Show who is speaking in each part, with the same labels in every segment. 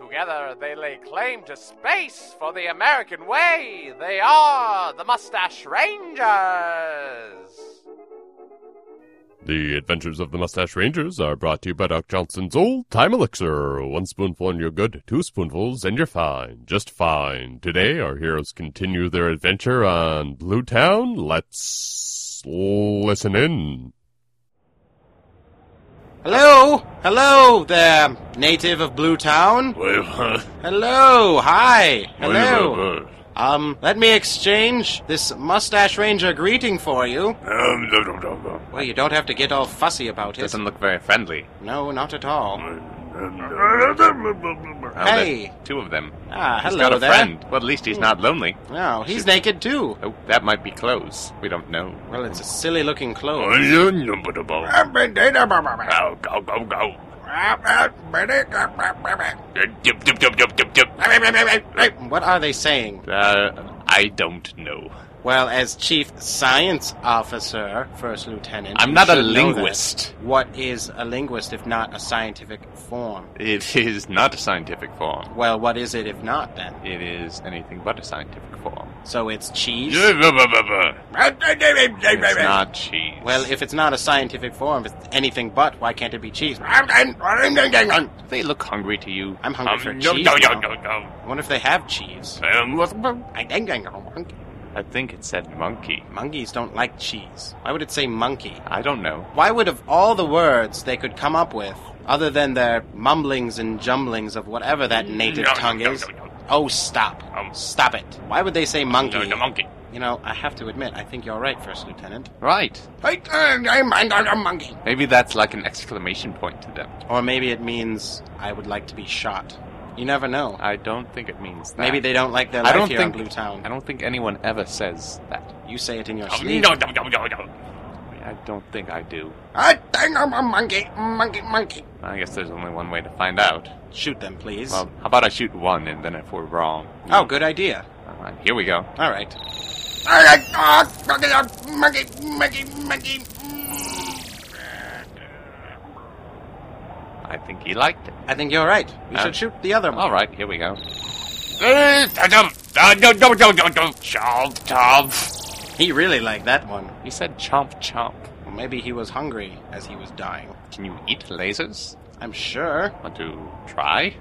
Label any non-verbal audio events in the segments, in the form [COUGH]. Speaker 1: Together they lay claim to space for the American way. They are the Mustache Rangers.
Speaker 2: The Adventures of the Mustache Rangers are brought to you by Doc Johnson's Old Time Elixir. One spoonful and you're good, two spoonfuls and you're fine, just fine. Today, our heroes continue their adventure on Blue Town. Let's listen in.
Speaker 3: Hello, hello there, native of Blue Town. Hello, hi, hello. Um, let me exchange this mustache ranger greeting for you. Well, you don't have to get all fussy about it.
Speaker 4: Doesn't look very friendly.
Speaker 3: No, not at all.
Speaker 4: Oh,
Speaker 3: Hey.
Speaker 4: there's Two of them.
Speaker 3: Ah,
Speaker 4: He's
Speaker 3: hello
Speaker 4: got a
Speaker 3: there. Hmm.
Speaker 4: friend. Well, at least he's not lonely.
Speaker 3: No, he's naked too.
Speaker 4: Oh, that might be clothes. We don't know.
Speaker 3: Well, it's a silly looking clothes.
Speaker 4: Uh,
Speaker 3: What are they saying?
Speaker 4: I don't know.
Speaker 3: Well, as chief science officer, first lieutenant.
Speaker 4: I'm
Speaker 3: you
Speaker 4: not a
Speaker 3: should know that.
Speaker 4: linguist.
Speaker 3: What is a linguist if not a scientific form?
Speaker 4: It is not a scientific form.
Speaker 3: Well, what is it if not then?
Speaker 4: It is anything but a scientific form.
Speaker 3: So it's cheese?
Speaker 4: It's not cheese.
Speaker 3: Well, if it's not a scientific form, if it's anything but, why can't it be cheese?
Speaker 4: they look hungry to you.
Speaker 3: I'm hungry for cheese. now. I wonder if they have cheese.
Speaker 4: Um,
Speaker 3: I-
Speaker 4: I think it said monkey.
Speaker 3: Monkeys don't like cheese. Why would it say monkey?
Speaker 4: I don't know.
Speaker 3: Why would, of all the words they could come up with, other than their mumblings and jumblings of whatever that
Speaker 4: Mm.
Speaker 3: native tongue is? Oh, stop.
Speaker 4: Um,
Speaker 3: Stop it. Why would they say monkey? You know, I have to admit, I think you're right, First Lieutenant.
Speaker 4: Right.
Speaker 3: monkey.
Speaker 4: Maybe that's like an exclamation point to them.
Speaker 3: Or maybe it means I would like to be shot. You never know.
Speaker 4: I don't think it means that.
Speaker 3: Maybe they don't like their
Speaker 4: Uh, I
Speaker 3: life
Speaker 4: don't
Speaker 3: here
Speaker 4: think
Speaker 3: in Blue Town.
Speaker 4: I Oh, don't think anyone ever says that.
Speaker 3: You say it in your sleep.
Speaker 4: I don't think I do.
Speaker 3: monkey, monkey, monkey.
Speaker 4: I guess there's only one way to find out.
Speaker 3: Shoot them, please.
Speaker 4: Well, mm. how about I shoot one, and then if we're wrong,
Speaker 3: oh, good idea.
Speaker 4: All right, here we go.
Speaker 3: All right.
Speaker 4: I think he liked it.
Speaker 3: I think you're right. We
Speaker 4: Uh,
Speaker 3: should shoot the other one.
Speaker 4: All right, here we go.
Speaker 3: Eh, Uh, oh, He really liked that one.
Speaker 4: He said chomp chomp.
Speaker 3: Well, maybe he was hungry as he was dying.
Speaker 4: Can you eat lasers?
Speaker 3: I'm sure.
Speaker 4: Want to try?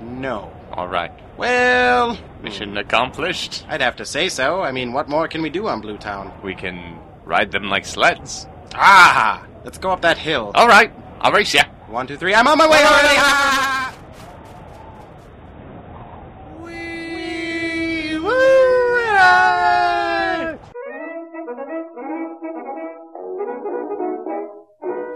Speaker 3: No.
Speaker 4: All right.
Speaker 3: Well, hmm,
Speaker 4: Mission accomplished.
Speaker 3: I'd have to say so. I mean, what more can we do on Blue Town?
Speaker 4: We can ride them like sleds.
Speaker 3: Ah! Oh. Let's go up that hill.
Speaker 4: All right, I'll race ya.
Speaker 3: One, two, three. I'm on my way already. [LAUGHS] Ah!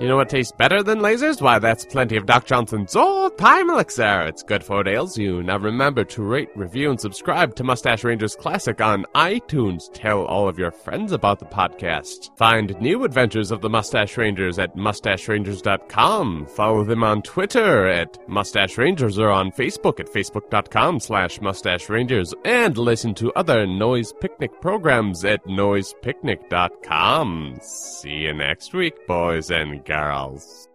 Speaker 1: You know what tastes better than lasers? Why, that's plenty of Doc Johnson's old time elixir. It's good for what ails you. Now remember to rate, review, and subscribe to Mustache Rangers Classic on iTunes. Tell all of your friends about the podcast. Find new adventures of the Mustache Rangers at mustacherangers.com. Follow them on Twitter at Mustache Rangers or on Facebook at facebook.com slash mustache rangers. And listen to other Noise Picnic programs at noisepicnic.com. See you next week, boys and girls.